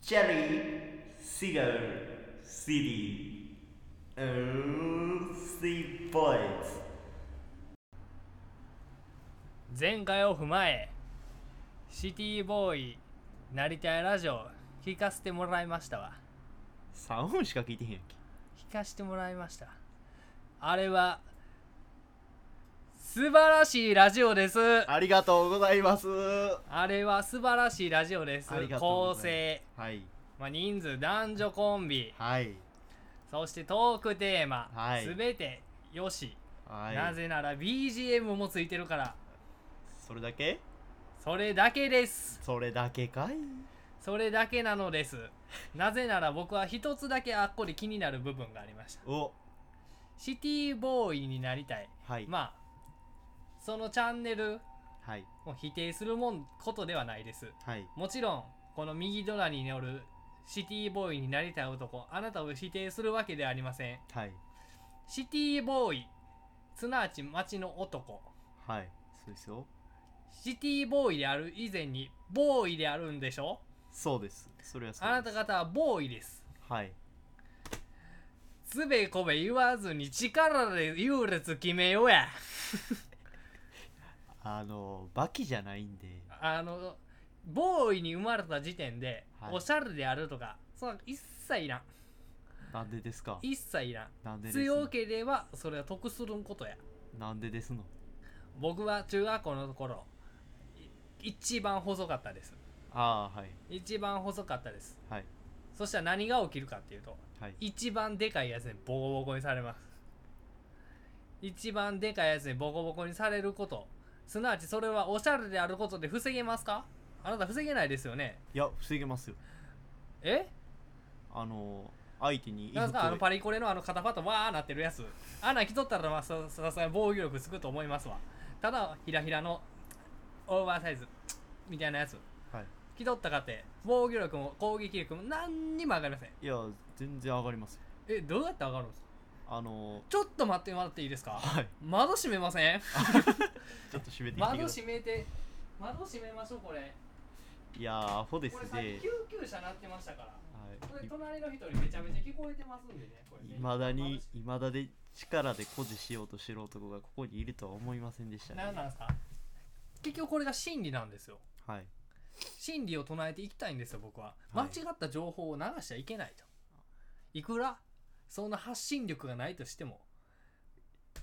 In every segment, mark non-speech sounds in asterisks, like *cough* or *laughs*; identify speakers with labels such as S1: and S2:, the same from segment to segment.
S1: Cherry, Cigar, City, and Three Points.
S2: 前回を踏まえシティボーイなりたいラジオ聞かせてもらいましたわ
S3: 3本しか聞いてへんやんけ
S2: 聞かせてもらいましたあれは素晴らしいラジオです
S3: ありがとうございます
S2: あれは素晴らしいラジオです
S3: ありがとうござい
S2: 構
S3: ます
S2: 成、
S3: はい
S2: まあ、人数男女コンビ
S3: はい
S2: そしてトークテーマ、
S3: はい
S2: すべてよし、
S3: はい
S2: なぜなら BGM もついてるから
S3: それだけ
S2: それだけです
S3: それだけかい
S2: それだけなのですなぜなら僕は一つだけあっこで気になる部分がありました
S3: お
S2: シティボーイになりたい、
S3: はい、
S2: まあそのチャンネル
S3: はい
S2: を否定するもんことではないです
S3: はい
S2: もちろんこの右隣におるシティボーイになりたい男あなたを否定するわけではありません
S3: はい
S2: シティボーイすなわち町の男
S3: はいそうですよ
S2: シティボーイである以前にボーイであるんでしょ
S3: そうですそれはそう
S2: あな
S3: です
S2: た方はボーイです
S3: はい
S2: つべこべ言わずに力で優劣決めようや
S3: あのバキじゃないんで
S2: あのボーイに生まれた時点で、
S3: はい
S2: おしゃれであるとかそんな一切いらん
S3: なんでですか
S2: 一切いらん
S3: なんでです
S2: 強
S3: の
S2: ければそれは得することや
S3: なんでですの
S2: 僕は中学校の頃い一番細かったです
S3: ああはい
S2: 一番細かったです
S3: はい
S2: そしたら何が起きるかっていうと
S3: はい
S2: 一番でかいやつにボコボコにされます一番でかいやつにボコボコにされることすなわちそれはおしゃれであることで防げますかあなた防げないですよね
S3: いや防げますよ
S2: え
S3: あの相手に
S2: なんすかあの
S3: を
S2: パリコレのあの肩パッとわーなってるやつあんなん着とったらまあささすがに防御力つくと思いますわただひらひらのオーバーサイズみたいなやつ
S3: はい
S2: 着とったかって防御力も攻撃力も何にも上がりません
S3: いや全然上がりますよ
S2: えどうやって上がるんですか
S3: あの
S2: ちょっと待ってもらっていいですか
S3: はい
S2: 窓閉めません
S3: ちょっと締めてきてく
S2: 窓
S3: ださ
S2: 閉めて窓閉めましょうこれ
S3: いいやーアホで
S2: こ
S3: す
S2: れさっ
S3: ね
S2: き救急車鳴ってましたからこ
S3: はい
S2: れ隣の人にめちゃめちゃ聞こえてますんでねこれね
S3: いまだに
S2: 窓
S3: いまだで力で誇示しようとしてる男がここにいるとは思いませんでした
S2: 閉
S3: ね
S2: め何なんですか結局これが真理なんですよ
S3: はい
S2: 真理を唱えていきたいんですよ僕は間
S3: はい
S2: 違った情報を流しちゃいけないと、い、くらそんな発信力がないとしても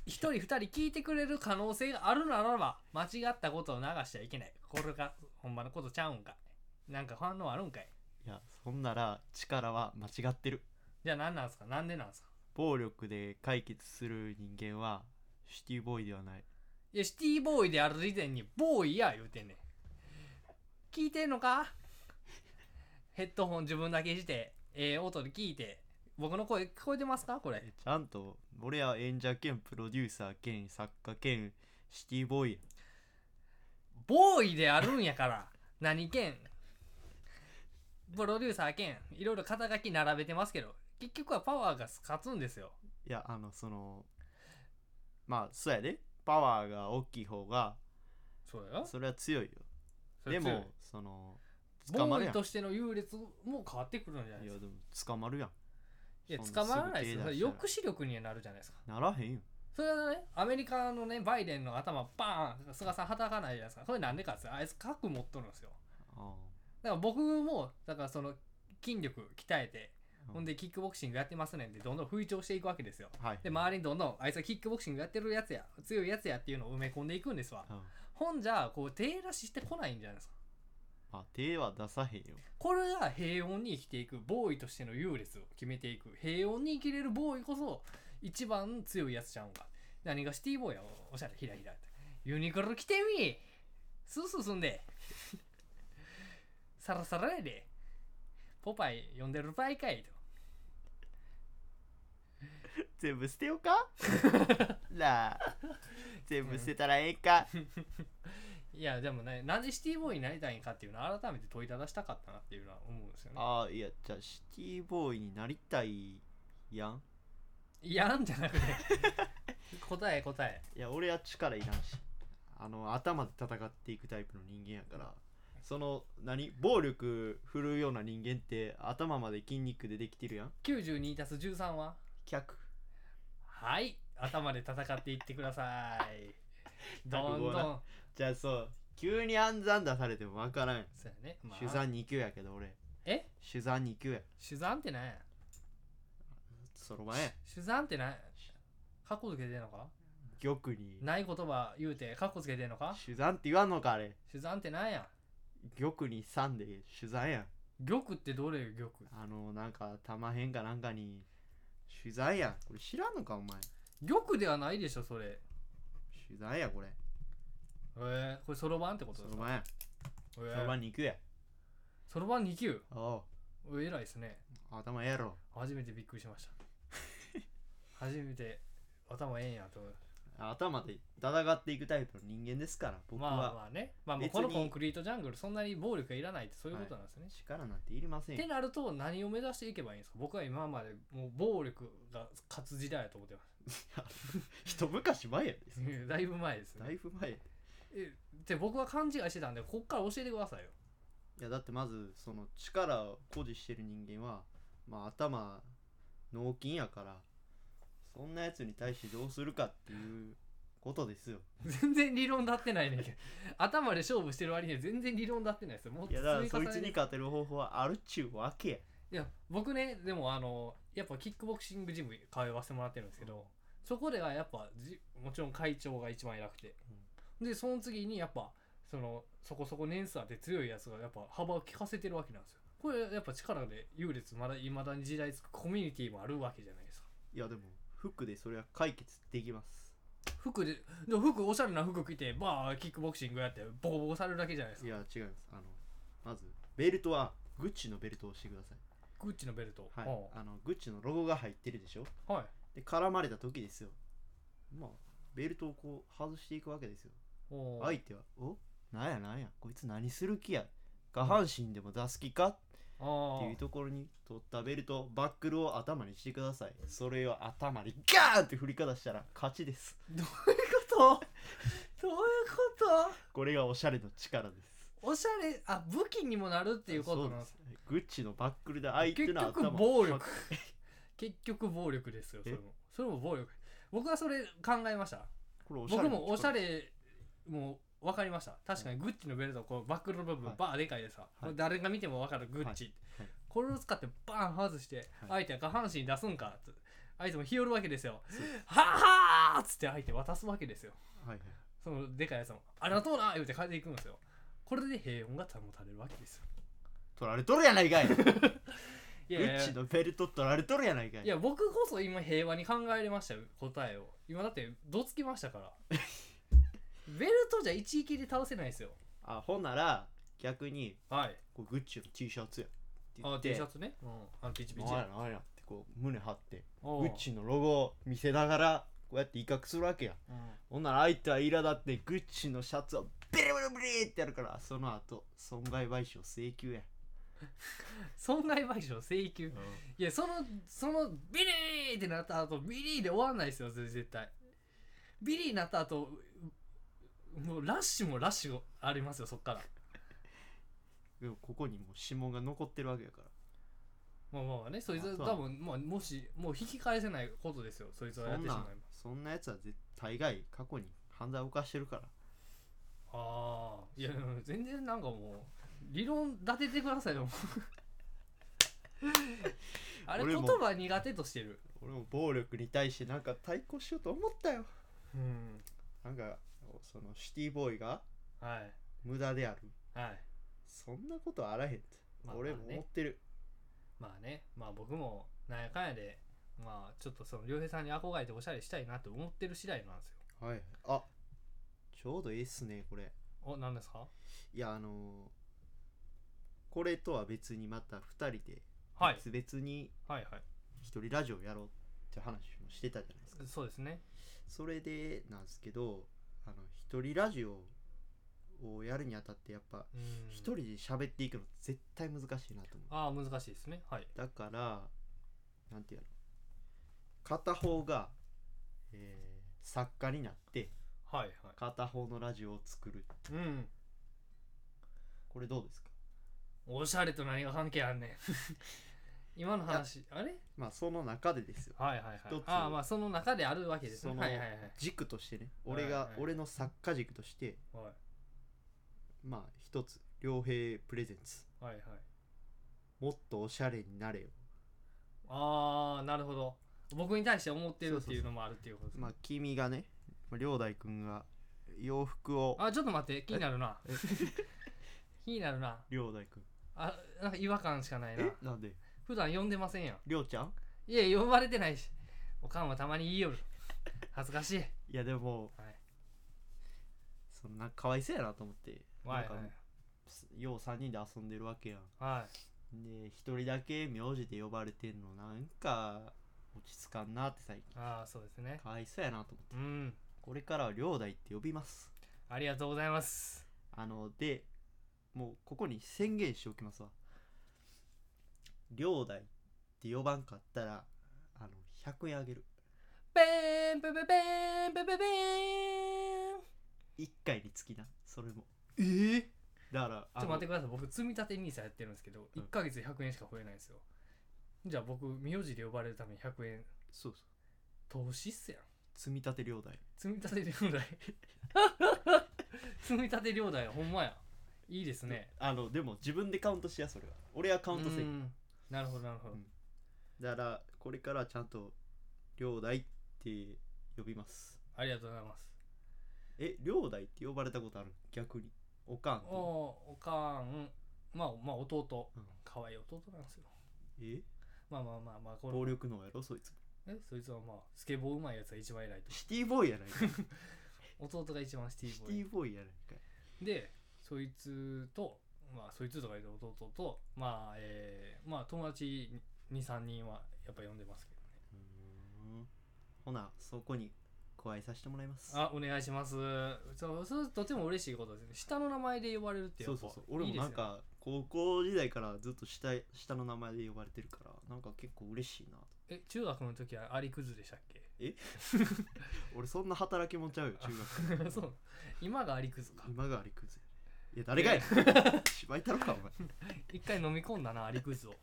S2: 一人二人聞いてくれる可能性があるならば間違ったことを流しちゃいけないこれがほんまのことちゃうんかいなんか反応あるんかい
S3: いやそんなら力は間違ってる
S2: じゃあ何なんですかなんでなんですか
S3: 暴力で解決する人間はシティボーイではない
S2: いやシティボーイである以前にボーイや言うてんねん聞いてんのかヘッドホン自分だけしてええ音で聞いて僕の声聞こえてますかこれ
S3: えちゃんと俺は演者兼プロデューサー兼作家兼シティボーイ
S2: ボーイであるんやから何兼プロデューサー兼いろいろ肩書き並べてますけど結局はパワーが勝つんですよ
S3: いやあのそのまあそうやでパワーが大きい方が
S2: そうだよ
S3: それは強いよ
S2: そ
S3: で
S2: れ強い
S3: もその捕
S2: ボ
S3: まるや
S2: ーイ
S3: んい
S2: としての優劣も変わってくるんじゃないで
S3: や
S2: すか
S3: でも捕まるやん
S2: いや
S3: そん
S2: 捕まらないです
S3: すぐ
S2: よ
S3: 手出
S2: それ
S3: したら
S2: 抑止力にはなるじゃないですか
S3: ならへんよ
S2: それはね、アメリカのね、バイデンの頭、バーン、菅さん、はたかないじゃないですか。それなんでかって言ったらあいつ核持っとるんですよ。
S3: あ
S2: だから僕も、だからその、筋力鍛えて、
S3: うん
S2: ほんで、キックボクシングやってますねんで、どんどん吹聴していくわけですよ。
S3: あはい
S2: で、周りにどんどん、あいつはキックボクシングやってるやつや、強いやつやっていうのを埋め込んでいくんですわ。
S3: うん
S2: ほんじゃ、こう、手出ししてこないんじゃないですか。
S3: まあ手は出さへんよ
S2: これが平穏に生きていく、ボーイとしての優劣を決めていく、平穏に生きれるボーイこそ、一番強いやつちゃうんか。何がシティボーイや、おおしゃれ、ひらひらって。ユニクロ着てみスースーすんで。サラサラやで。ポパイ呼んでる場合かいと。
S3: 全部捨てようか
S2: *laughs*
S3: なあ全部捨てたらええ
S2: *laughs*
S3: か、
S2: いや、でもね、なんでシティボーイになりたいんかっていうのを改めて問いただしたかったなっていうのは思うんですよね。
S3: ああいやじゃあシティボーイになりたいやん
S2: いやんじゃなくて。答え答え。
S3: いや俺は力いらんしあの頭で戦っていくタイプの人間やからその何暴力振るうような人間って頭まで筋肉でできてるやん
S2: 92たす13は
S3: 100
S2: はい頭で戦っていってくださいどんどん
S3: *laughs* 覚悟なじゃあそう急に暗算出されても分からん、
S2: そうやね、まあ
S3: 手算2級やけど俺
S2: え
S3: 手算2級や
S2: 手段って何や
S3: その前
S2: 手段って何やカッコつけてんのか
S3: 玉に
S2: ない言葉言うてカッコつけてんのか
S3: 手算って言わんのかあれ
S2: 手段って何や
S3: 玉に3で手算やん
S2: 玉ってどれよ玉
S3: あのなんか玉へんかなんかに取材やんこれ知らんのかお前
S2: 玉ではないでしょそれ
S3: 取材やこれ
S2: えー、これそろばんってこと
S3: そ
S2: で
S3: の
S2: すか
S3: 前や
S2: そ
S3: その前に行くや
S2: そろばん2級
S3: お
S2: え偉いですね
S3: う頭ええやろ
S2: 初めてびっくりしました初めて頭ええんやと
S3: 頭で戦っていくタイプの人間ですから僕は、
S2: まあまあね、まあ、もう
S3: 別
S2: こ
S3: に
S2: のコンクリートジャングルそんなに暴力がいらないってそういうことなんですね、
S3: 力なんていりません
S2: って
S3: よ
S2: なると何を目指していけばいいんですか僕は今までもう暴力が勝つ時代だと思ってま
S3: 一昔前やです
S2: *laughs* だいぶ前です
S3: だい
S2: ね
S3: ぶ前や
S2: えで僕は勘違いしてたんでこっから教えてくださいよ
S3: いやだってまずその力を誇示してる人間はまあ頭脳筋やからそんなやつに対してどうするかっていうことですよ
S2: *laughs* 全然理論立ってないねんけど頭で勝負してる割には全然理論立ってないですよもう
S3: いやだから
S2: 積
S3: そ
S2: み
S3: い
S2: 重ね
S3: つ
S2: で
S3: に勝てる方法はあるっちゅうわけや
S2: いや僕ねでもあのやっぱキックボクシングジム通わせてもらってるんですけど、そこではやっぱじもちろん会長が一番偉くて、でその次にやっぱそのそこそこ年数あって強いやつがやっぱ幅を利かせてるわけなんですよこれやっぱ力で優劣まだいまだに時代つくコミュニティもあるわけじゃないですか
S3: いやでも服でそれは解決できます
S2: 服ででも服おしゃれな服着てバーキックボクシングやってボコボコされるだけじゃないです
S3: い
S2: か
S3: や違いますあのまずベルトはグッチのベルトをしてください
S2: グッチのベルト
S3: はいあのグッチのロゴが入ってるでしょ
S2: うんはい
S3: で絡まれた時ですよまあベルトをこう外していくわけですよ
S2: おー
S3: 相手は「おなんやなんやこいつ何する気や下半身でも出す気か?」
S2: あ
S3: って
S2: ー
S3: いうところに取ったベルトバックルを頭にしてくださいそれを頭にガーンって振りかざしたら勝ちです
S2: どういうこと *laughs* どういうこと
S3: これがおしゃれの力です
S2: おしゃれあ武器にもなるっていうことなんです
S3: そうですグッチのバックルで相手
S2: 結
S3: の頭
S2: 局暴力 *laughs* 結局暴力ですよそ
S3: え
S2: れもそれも暴力僕はそれ考えました
S3: これおしゃれ
S2: 僕もおしゃ
S3: れ
S2: れも分かりました確かにグッチのベルトこうバックルの部
S3: は
S2: 分
S3: い
S2: バーでかいでさ、これ誰が見ても分かるグッチ、
S3: はいはい
S2: これを使ってバーン外して
S3: は
S2: 相手は下半身出すんかつ相手もひよるわけですよ
S3: そうです
S2: はあはあっつって相手渡すわけですよ
S3: はいはい
S2: そのでかいやつもありがとうな言うて帰っていくんですよこれで平穏が保たれるわけですよ
S3: 取られとるやないかいグ
S2: いやいやいや
S3: ッチのベルト取られとるやないかい
S2: いや僕こそ今平和に考えれましたよ答えを今だってどつきましたから
S3: *laughs*
S2: ベルトじゃ一撃で倒せないですよ
S3: あほんなら逆に
S2: はい
S3: こうグッチの T シャツやって言
S2: あ
S3: って
S2: T シャツね、うん、あのピチピチ
S3: なんやなんやってこう胸張って
S2: お
S3: グ
S2: う
S3: ッチのロゴを見せながらこうやって威嚇するわけや
S2: うん
S3: ほんなら相手は苛立ってグッチのシャツをビリビリビリってやるからその後損害賠償請求や、
S2: 損害賠償請求いやそのそのビリーってなった後ビリーで終わんないですよ絶対ビリーになった後もうラッシュもラッシュありますよそっから
S3: でもここにもう指紋が残ってるわけやから
S2: まあまあまあねそいつは
S3: あそう
S2: 多分、まあ、もしもう引き返せないことですよそいつ
S3: そ
S2: はやって
S3: ん
S2: しまい
S3: な
S2: ます
S3: そんなやつは絶対外過去に犯罪を犯してるから
S2: ああいや全然なんかもう理論立ててください
S3: *laughs*
S2: よあれ
S3: 俺
S2: 言
S3: も
S2: 葉苦手としてる
S3: 俺も暴力に対してなんか対抗しようと思ったよ
S2: うん
S3: なんかそのシティボーイが
S2: はい
S3: 無駄である
S2: はい
S3: そんなことあらへんって、
S2: まあ
S3: 俺も思ってる、
S2: まあねまあ僕もなんやかんやでまあちょっとその良平さんに憧れておしゃれしたいなと思ってる次第なんですよ
S3: はいあちょうどいいっすねこれ
S2: お何ですか
S3: いやあのーこれとは別にまた2人で
S2: はい
S3: 別々に
S2: はいはい
S3: 一人ラジオやろうって話もしてたじゃないですか
S2: そうですね
S3: それでなんですけどあの一人ラジオをやるにあたってやっぱ
S2: うん
S3: 一人で喋っていくの絶対難しいなと思う
S2: ああ難しいですねはい
S3: だからなんていうの片方が、えー作家になって
S2: はいはい
S3: 片方のラジオを作る
S2: うん
S3: これどうですか
S2: おしゃれと何が関係あんねん
S3: *laughs*
S2: 今の話あれ
S3: まあその中でですよ
S2: はいはいはい
S3: 一つ
S2: ああまあその中であるわけですね
S3: その
S2: はいはいはい
S3: 軸としてね俺が、
S2: はいはい
S3: 俺の作家軸として
S2: は
S3: まあ一つ良平プレゼンツ
S2: いはいはい
S3: もっとおしゃれになれよ
S2: ああなるほど僕に対して思ってるっていうのもあるっていうことですね
S3: まあ君がねまあ良大君が洋服を
S2: あちょっと待って気になるな気になるな
S3: 良大君
S2: あなんか違和感しかないな
S3: えなんで
S2: 普段呼んでませんやん
S3: 良ちゃん
S2: いや呼ばれてないしおかんはたまに言いよる恥ずかしい
S3: いやでも、
S2: はい
S3: そんなかわいそうやなと思って
S2: はい
S3: なんかよう3人で遊んでるわけやん
S2: は
S3: で一人だけ名字で呼ばれてんのなんか落ち着かんなって最
S2: いああそうですね
S3: 近かわいそうやなと思って
S2: うん
S3: これからは両代って呼びます
S2: ありがとうございます
S3: あのでもうここに宣言しておきますわ両代って呼ばんかったらあの100円あげる
S2: ペーンペペペーンペペペーン
S3: 1回につきなそれも
S2: えー、ち
S3: だから
S2: ょ
S3: あ
S2: っと
S3: の
S2: 待ってください僕積み立て NISA やってるんですけど
S3: うん
S2: 1ヶ月で100円しか増えないんですよじゃあ僕名字で呼ばれるために100円
S3: そうそう
S2: 投資っすやん
S3: 積み立て両代
S2: 積み立て領代積み立て領代ほんまやいいですね
S3: あのでも自分でカウントしやそれは俺はカウントせ
S2: うんんなるほどなるほど、
S3: うんだからこれからちゃんと両代って呼びます
S2: ありがとうございます
S3: え両代って呼ばれたことある逆におかん
S2: お
S3: と
S2: おかんまあまあ弟、
S3: うん
S2: 可愛い弟なんですよ
S3: え
S2: まあまあまあまあこ
S3: 暴
S2: れ
S3: 力能やろそいつ
S2: えそいつはまあスケボーうまいやつが一番偉いと
S3: シティボーイやないか
S2: 弟が一番シティ
S3: シ
S2: ボ
S3: テ
S2: ーイ
S3: ィボーイやないか
S2: でそいつとまあそいつとか言うと弟とまあえー、まあ友達23人はやっぱ呼んでますけどね
S3: うーんほなそこに加えさせてもらいます
S2: あお願いしますそうそうとても嬉しいことですね下の名前で呼ばれるってや
S3: そ
S2: っ
S3: う
S2: ぱ
S3: そうそう俺も
S2: いいで
S3: な
S2: す
S3: ん
S2: よ
S3: か高校時代からずっと下下の名前で呼ばれてるからなんか結構嬉しいな
S2: え中学の時はアリクズでしたっけ
S3: 俺そんな働きもんちゃうよ中学
S2: *laughs* そう今がアリク
S3: *laughs*
S2: ズか
S3: 今がありくずいや誰がや *laughs* 芝居太郎かお前
S2: 一回飲み込んだなアリクズを
S3: い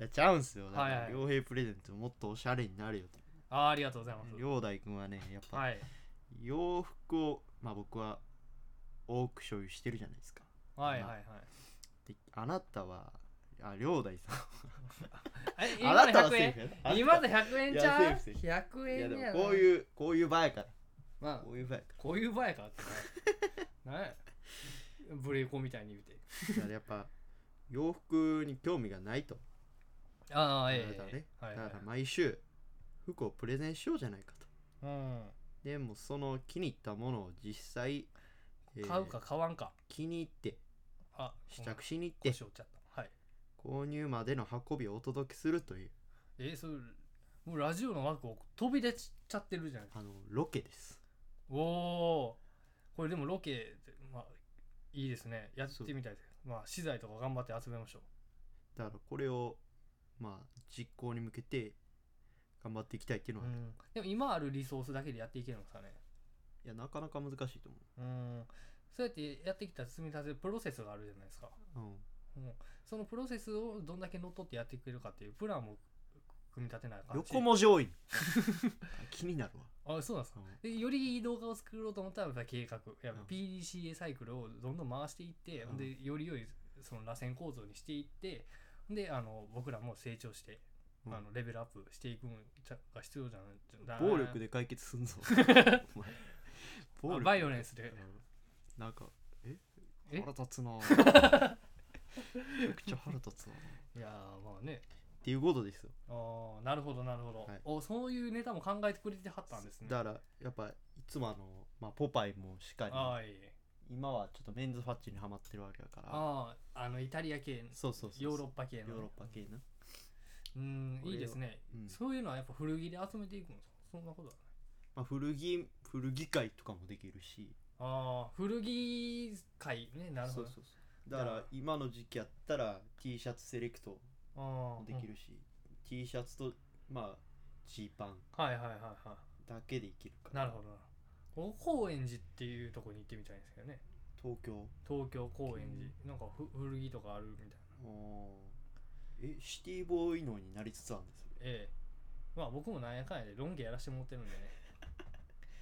S3: やちゃうんすよだか
S2: はい
S3: ら
S2: はい
S3: 良平プレゼントもっとおしゃれになるよと
S2: あーありがとうございます
S3: 良大君はねやっぱ
S2: はい
S3: 洋服をまあ僕は多く所有してるじゃないですか
S2: はいはいはい
S3: であなたはあ両大さん
S2: え
S3: あ
S2: *laughs* 今
S3: な
S2: の
S3: たは
S2: 100
S3: セー
S2: 円
S3: フやなあなた
S2: 今の100円ちゃ
S3: いや
S2: う
S3: セーフセい
S2: ?100
S3: や
S2: 円
S3: で
S2: やな
S3: もこういうこういう場やから
S2: まあ
S3: こういう場やか
S2: こういう場合かって *laughs* ななんやブレイコみたいに言うて
S3: らだからやっぱ洋服に興味がないと
S2: ああえ
S3: あなたはね
S2: えは
S3: だ
S2: い
S3: か
S2: はい
S3: ら毎週服をプレゼンしようじゃないかと
S2: う
S3: でもその気に入ったものを実際、え
S2: ん
S3: ー
S2: 買うか買わんか
S3: 気に入って
S2: あ
S3: 試着しに行っ
S2: ごめん
S3: て
S2: 腰折っちゃったはい
S3: 購入までの運びをお届けするという
S2: えそれもうラジオの枠を飛び出ちゃってるじゃないですか
S3: あのロケです
S2: おおーこれでもロケでまあいいですねやってみたいですまあ資材とか頑張って集めましょう
S3: だからこれをまあ実行に向けて頑張っていきたいっていうのは、い
S2: でも今あるリソースだけでやっていけるんですかね
S3: やなかなか難しいと思
S2: うんそうやってやってきた積み立てプロセスがあるじゃないですか、
S3: う、うん、
S2: うん、そのプロセスをどんだけ乗っ取ってやってくれるかっていうプランも組み立てない感じ
S3: 横文字
S2: *laughs*
S3: 多い気になるわ、
S2: あそうなんですか
S3: う
S2: でよりいい動画を作ろうと思ったらやっぱ計画やっぱ
S3: うん
S2: PDCA サイクルをどんどん回していって、
S3: うん
S2: でより良いその螺旋構造にしていってであの僕らも成長して、
S3: うん
S2: あのレベルアップしていくんちゃが必要じゃないだ
S3: ん暴力で解決す
S2: *laughs*
S3: んぞお前
S2: あバイオレンス
S3: う
S2: で
S3: んなんかえ
S2: え
S3: 腹立
S2: *laughs*
S3: つなめちゃくちゃ腹立つなっ
S2: いやーまあね
S3: ていうことですよ
S2: ああなるほどなるほど、
S3: はい
S2: おそういうネタも考えてくれてはったんですね
S3: だからやっぱいつもあの、まあ、ポパイもしかり
S2: あーいえいえ
S3: 今はちょっとメンズファッチにはまってるわけだから
S2: あーあのイタリア系
S3: そうそうそう
S2: ヨーロッパ系の
S3: ヨーロッパ系な
S2: うんいいですね、
S3: うん
S2: そういうのはやっぱ古着で集めていくんですかそんなことはない
S3: まあ、古着古着会とかもできるし
S2: ああ古着会ねなるほど
S3: そうそうそうだから今の時期やったら T シャツセレクト
S2: あ
S3: も
S2: あ
S3: できるし、T シャツとまあジーパン
S2: うんはいはいはいは
S3: だけでいけるか
S2: い
S3: ら
S2: なるほどなるほどここ高円寺っていうとこに行ってみたいんですけどね
S3: 東京
S2: 東京高円寺なんかふ古着とかあるみたいな
S3: あーえシティボーイ能になりつつあるんですよ
S2: ええまあ僕もなんやかんやでロン毛やらしてもらってるんで
S3: *laughs*
S2: ね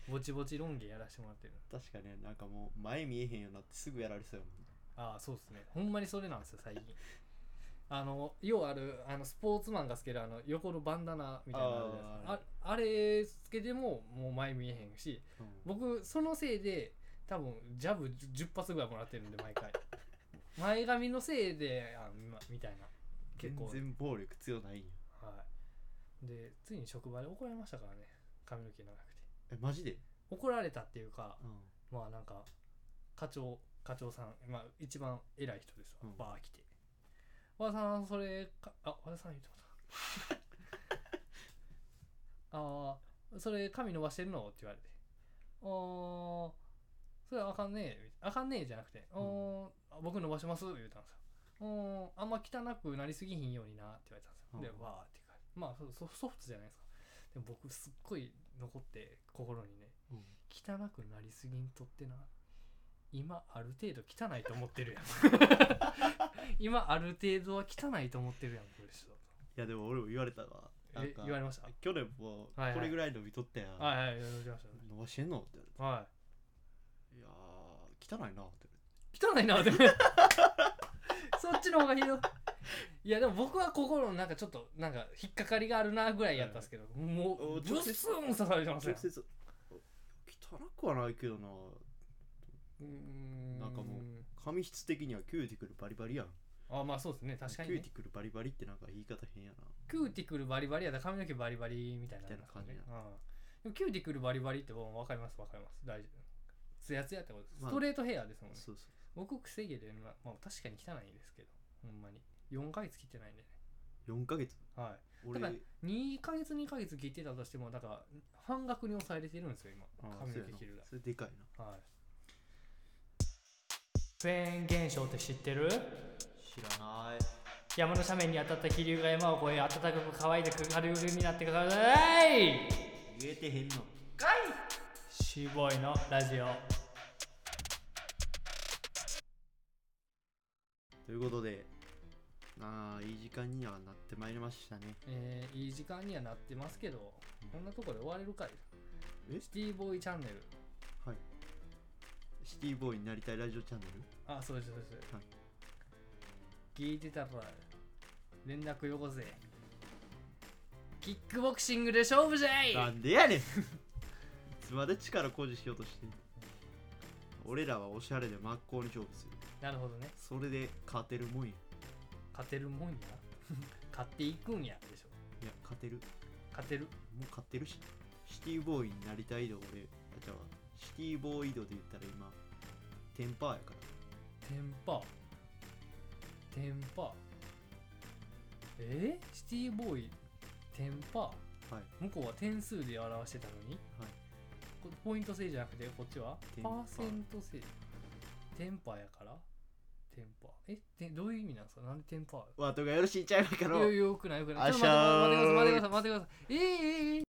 S2: ぼちぼちロン毛やらしてもらってる
S3: 確かねなんかもう前見えへんようになってすぐやられそうや
S2: ああそうですねほんまにそれなんですよ最近 *laughs* あのようあるあのスポーツマンがつけるあの横のバンダナみたいなのあるじゃないですかああれつけてももう前見えへんし
S3: もん、うん
S2: 僕そのせいで多分ジャブ10発ぐらいもらってるんで毎 *laughs* 回前髪のせいであまみたいな結構
S3: 全然暴力強ないんや
S2: はいでついに職場で怒られましたからね髪の毛長くて
S3: えマジで、
S2: 怒られたっていうか
S3: うん、
S2: まあなんか課長課長さん、まあ、一番偉い人ですわ、
S3: うん
S2: バー来て和田さんそれかあ和田さん言ってもらった *laughs* あーそれ髪伸ばしてるのって言われてあーそれはあかんねえあかんねえじゃなくて、あーあ僕伸ばします言ったんですようんあんま汚くなりすぎひんようになって言われたんですよ、
S3: うん
S2: でわーって言われてまあそうソソフトじゃないですかでも僕すっごい残って心にね
S3: うん
S2: 汚くなりすぎんとってな今ある程度汚いと思ってるやん今ある程度は汚いと思ってるやんこれちょっ
S3: いやでも俺も言われたわ
S2: と
S3: なん
S2: え
S3: か
S2: 言われました
S3: 去年も
S2: はいはい
S3: これぐらい伸びとったやん、
S2: はいはい言われまし
S3: 伸ばしてんのって言われ
S2: たは
S3: ていやー汚いなって言われて
S2: い汚いなでもそっちの方がひどいいやでも僕は心のなんかちょっとなんか引っかかりがあるなぐらいやったんですけど、もう
S3: お
S2: ブ
S3: 直
S2: ス
S3: 接
S2: ーン刺されてますね
S3: 直接お汚くはないけどななんかもう髪質的にはキューティクルバリバリやん
S2: あまあそうですね確かに、
S3: キ
S2: ね
S3: ュー、ティクルバリバリってなんか言い方変やな
S2: キューティクルバリバリやったら髪の毛バリバリみたいな
S3: みたいな感じや
S2: うん、でもキューティクルバリバリってもう分かります分かります大丈夫ツヤツヤってことです、
S3: まあ
S2: ストレートヘアですもんね
S3: そうそう
S2: 僕くせ毛で、まあ、まあ確かに汚いんですけどほんまに4ヶ月切ってないんでね
S3: 4ヶ月
S2: は
S3: 俺
S2: ただい2ヶ月2ヶ月切ってたとしてもだから半額に抑えれてるんですよ今
S3: あ
S2: 髪
S3: そうや
S2: の毛
S3: な
S2: 切るだけ
S3: それでかいな
S2: はいフェーン現象って知ってる
S3: 知らない
S2: 山の斜面に当たった気流が山を越え暖かく乾いて軽々になってください
S3: 言えてへんの
S2: 渋いのラジオ
S3: ということであーいい時間にはなってまいりましたね
S2: えー、いい時間にはなってますけどこんなとこで終われるかい
S3: え
S2: シティボーイチャンネル
S3: はいシティボーイになりたいラジオチャンネル
S2: あそうですそうです、
S3: はい
S2: 聞いてたら連絡よこせキックボクシングで勝負じゃい
S3: なんでやねんいつまで力誇示しようとしてん俺らはおしゃれで真っ向に勝負する
S2: なるほどね
S3: それで勝てるもんや
S2: 勝てるもん *laughs* や勝っていくんやでしょ
S3: いや勝てるも
S2: 勝てる
S3: う勝ってるしシティボーイになりたい度俺あじゃあシティボーイ度で言ったら今テンパーやから
S2: テンパテンパえー、シティボーイテンパ
S3: はい
S2: 向こうは点数で表してたのに
S3: はい
S2: これポイント制じゃなくてこっちは
S3: テン
S2: パ
S3: パ
S2: ーセント制テンパやからテンパえてどういう意味なんですかなんでテンパ
S3: ワートがよろしいんちゃいますか
S2: い
S3: の
S2: やよくないよくない
S3: あ
S2: ちょ
S3: し
S2: っと
S3: ゃー
S2: 待って待ってください待ってください待ってくださいえーえーえー